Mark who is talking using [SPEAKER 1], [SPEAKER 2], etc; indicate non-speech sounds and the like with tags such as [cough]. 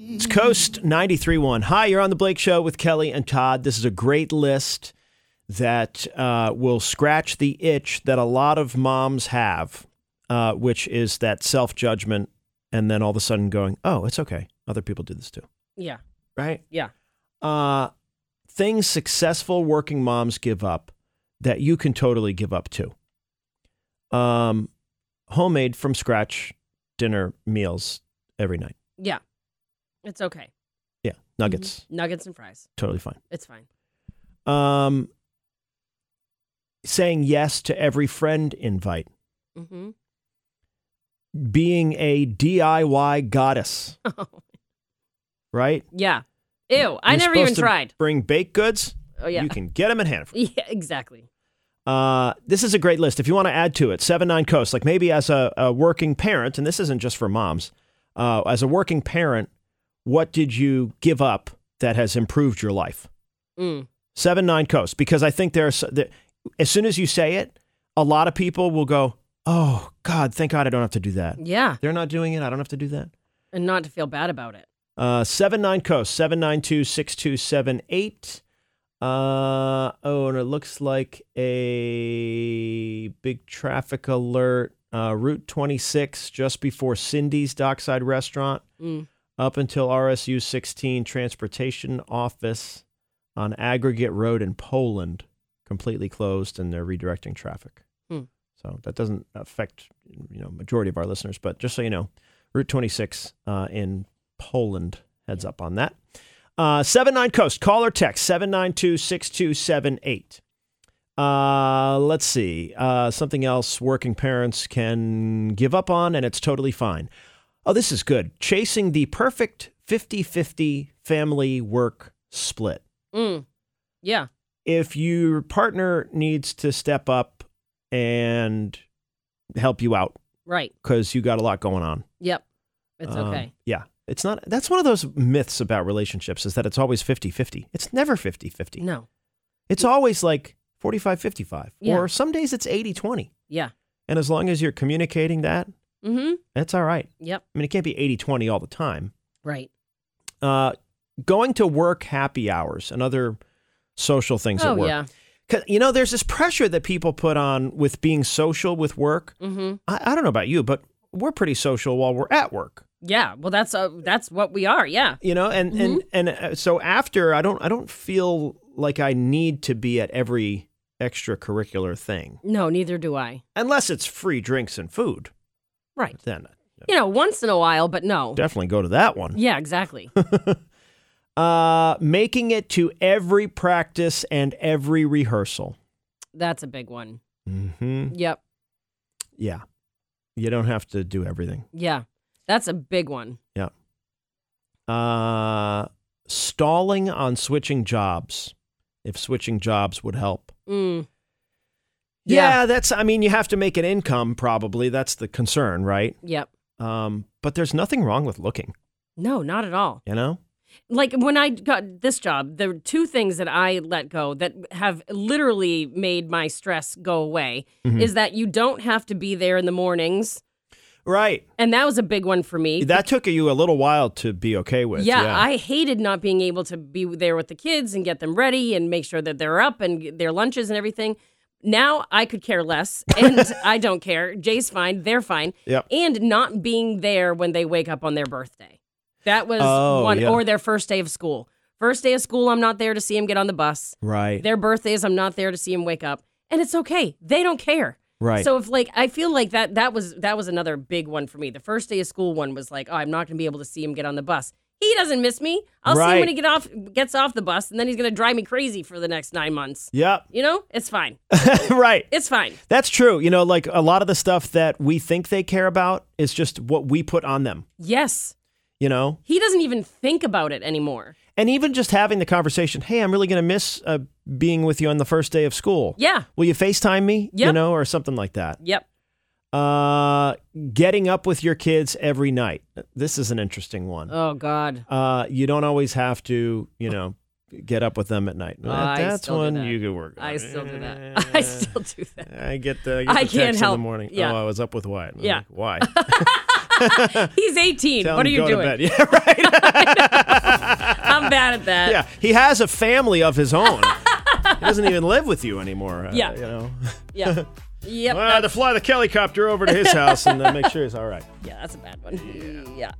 [SPEAKER 1] It's Coast 93.1. Hi, you're on The Blake Show with Kelly and Todd. This is a great list that uh, will scratch the itch that a lot of moms have, uh, which is that self judgment and then all of a sudden going, oh, it's okay. Other people do this too.
[SPEAKER 2] Yeah.
[SPEAKER 1] Right?
[SPEAKER 2] Yeah.
[SPEAKER 1] Uh, things successful working moms give up that you can totally give up too. Um, homemade from scratch dinner meals every night.
[SPEAKER 2] Yeah. It's okay.
[SPEAKER 1] Yeah, nuggets,
[SPEAKER 2] Nuggets and fries.
[SPEAKER 1] totally fine.
[SPEAKER 2] It's fine.
[SPEAKER 1] Um, saying yes to every friend invite,
[SPEAKER 2] Mm-hmm.
[SPEAKER 1] being a DIY goddess, right?
[SPEAKER 2] [laughs] yeah. Ew. I
[SPEAKER 1] You're
[SPEAKER 2] never even
[SPEAKER 1] supposed to
[SPEAKER 2] tried.
[SPEAKER 1] Bring baked goods.
[SPEAKER 2] Oh yeah.
[SPEAKER 1] You can get them at Hannaford.
[SPEAKER 2] [laughs] yeah. Exactly.
[SPEAKER 1] Uh, this is a great list. If you want to add to it, seven nine coast. Like maybe as a, a working parent, and this isn't just for moms. Uh, as a working parent, what did you give up that has improved your life?
[SPEAKER 2] Mm.
[SPEAKER 1] Seven nine coast. Because I think there's there, as soon as you say it, a lot of people will go, "Oh God, thank God I don't have to do that."
[SPEAKER 2] Yeah.
[SPEAKER 1] They're not doing it. I don't have to do that.
[SPEAKER 2] And not to feel bad about it.
[SPEAKER 1] Uh, seven nine coast seven nine two six two seven eight. Uh oh, and it looks like a big traffic alert. Uh, Route twenty six, just before Cindy's Dockside Restaurant,
[SPEAKER 2] Mm.
[SPEAKER 1] up until RSU sixteen Transportation Office on Aggregate Road in Poland, completely closed, and they're redirecting traffic.
[SPEAKER 2] Hmm.
[SPEAKER 1] So that doesn't affect you know majority of our listeners, but just so you know, Route twenty six uh, in Poland. Heads up on that. Uh, 79 Coast, call or text 792 6278. Let's see. Uh, something else working parents can give up on, and it's totally fine. Oh, this is good. Chasing the perfect 50 50 family work split.
[SPEAKER 2] Mm. Yeah.
[SPEAKER 1] If your partner needs to step up and help you out
[SPEAKER 2] Right.
[SPEAKER 1] because you got a lot going on,
[SPEAKER 2] Yep. It's
[SPEAKER 1] um,
[SPEAKER 2] okay.
[SPEAKER 1] Yeah. It's not, that's one of those myths about relationships is that it's always 50 50. It's never 50 50.
[SPEAKER 2] No.
[SPEAKER 1] It's always like 45 55.
[SPEAKER 2] Yeah.
[SPEAKER 1] Or some days it's 80 20.
[SPEAKER 2] Yeah.
[SPEAKER 1] And as long as you're communicating that,
[SPEAKER 2] Mm-hmm.
[SPEAKER 1] that's all right.
[SPEAKER 2] Yep.
[SPEAKER 1] I mean, it can't be 80 20 all the time.
[SPEAKER 2] Right.
[SPEAKER 1] Uh, going to work happy hours and other social things
[SPEAKER 2] oh
[SPEAKER 1] at work.
[SPEAKER 2] yeah.
[SPEAKER 1] 'Cause, You know, there's this pressure that people put on with being social with work.
[SPEAKER 2] Mm-hmm.
[SPEAKER 1] I, I don't know about you, but we're pretty social while we're at work.
[SPEAKER 2] Yeah. Well, that's uh, that's what we are. Yeah.
[SPEAKER 1] you know and
[SPEAKER 2] Mm-hmm.
[SPEAKER 1] and and uh, so after i don't i don't feel like i need to be at every extracurricular thing
[SPEAKER 2] No, neither do I.
[SPEAKER 1] unless it's free drinks and food
[SPEAKER 2] Right.
[SPEAKER 1] then
[SPEAKER 2] You know, once in a while, but no.
[SPEAKER 1] definitely go to that one [laughs]
[SPEAKER 2] Yeah. Exactly.
[SPEAKER 1] uh making it to every practice and every rehearsal
[SPEAKER 2] that's a big one.
[SPEAKER 1] mm-hmm
[SPEAKER 2] Yep.
[SPEAKER 1] yeah you don't have to do everything
[SPEAKER 2] Yeah. That's a big one.
[SPEAKER 1] uh stalling on switching jobs if switching jobs would help
[SPEAKER 2] Mm.
[SPEAKER 1] yeah that's i mean you have to make an income probably that's the concern right
[SPEAKER 2] Yep.
[SPEAKER 1] Um, but there's nothing wrong with looking,
[SPEAKER 2] No, not at all.
[SPEAKER 1] you know?
[SPEAKER 2] Like when I got this job, there were two things that I let go that have literally made my stress go away
[SPEAKER 1] Mhm.
[SPEAKER 2] is that you don't have to be there in the mornings.
[SPEAKER 1] Right.
[SPEAKER 2] And that was a big one for me.
[SPEAKER 1] That took you a little while to be okay with.
[SPEAKER 2] yeah, I hated not being able to be there with the kids and get them ready and make sure that they're up and get their lunches and everything. Now I could care less and I don't care. Jay's fine, they're fine.
[SPEAKER 1] Yep.
[SPEAKER 2] And not being there when they wake up on their birthday. That was
[SPEAKER 1] Oh,
[SPEAKER 2] one,
[SPEAKER 1] yeah.
[SPEAKER 2] or their first day of school. First day of school, I'm not there to see him get on the bus.
[SPEAKER 1] right.
[SPEAKER 2] Their birthdays, I'm not there to see him wake up. And it's okay. They don't care.
[SPEAKER 1] Right.
[SPEAKER 2] So if like I feel like that that was that was another big one for me. The first day of school one was like, oh, I'm not gonna be able to see him get on the bus. He doesn't miss me. I'll see him
[SPEAKER 1] Right.
[SPEAKER 2] when he get off gets off the bus, and then he's gonna drive me crazy for the next nine months.
[SPEAKER 1] yep. [laughs]
[SPEAKER 2] You know, it's fine.
[SPEAKER 1] right.
[SPEAKER 2] It's fine.
[SPEAKER 1] [laughs] That's true. You know, like a lot of the stuff that we think they care about is just what we put on them,
[SPEAKER 2] Yes,
[SPEAKER 1] you know?
[SPEAKER 2] he doesn't even think about it anymore.
[SPEAKER 1] And even just having the conversation, hey, I'm really going to miss uh, being with you on the first day of school.
[SPEAKER 2] Yeah.
[SPEAKER 1] Will you FaceTime me? You
[SPEAKER 2] Yep.
[SPEAKER 1] know, or something like that.
[SPEAKER 2] Yep.
[SPEAKER 1] Uh, getting up with your kids every night. This is an interesting one.
[SPEAKER 2] Oh God.
[SPEAKER 1] uh, you don't always have to, you know, get up with them at night.
[SPEAKER 2] Oh,
[SPEAKER 1] That-
[SPEAKER 2] [laughs] I
[SPEAKER 1] that's
[SPEAKER 2] still do
[SPEAKER 1] one
[SPEAKER 2] that.
[SPEAKER 1] you can work.
[SPEAKER 2] I
[SPEAKER 1] on.
[SPEAKER 2] still do that. [laughs] I still do that.
[SPEAKER 1] I get the, I, get
[SPEAKER 2] I
[SPEAKER 1] the
[SPEAKER 2] can't
[SPEAKER 1] text in
[SPEAKER 2] help.
[SPEAKER 1] the morning.
[SPEAKER 2] Yeah.
[SPEAKER 1] Oh, I was up with Wyatt. I'm
[SPEAKER 2] [laughs] Yeah.
[SPEAKER 1] like, Why?
[SPEAKER 2] He's 18.
[SPEAKER 1] Tell
[SPEAKER 2] what
[SPEAKER 1] him
[SPEAKER 2] are
[SPEAKER 1] to
[SPEAKER 2] you
[SPEAKER 1] go [laughs]
[SPEAKER 2] doing?
[SPEAKER 1] To bed. Yeah, right. [laughs] yeah,
[SPEAKER 2] [laughs]
[SPEAKER 1] he has a family of his own. he doesn't even live with you anymore. uh,
[SPEAKER 2] Yeah.
[SPEAKER 1] you know.
[SPEAKER 2] Yeah. Yep. [laughs]
[SPEAKER 1] Well, I had to fly the helicopter over to his house and uh, make sure he's all right.
[SPEAKER 2] yeah, that's a bad one. Yeah.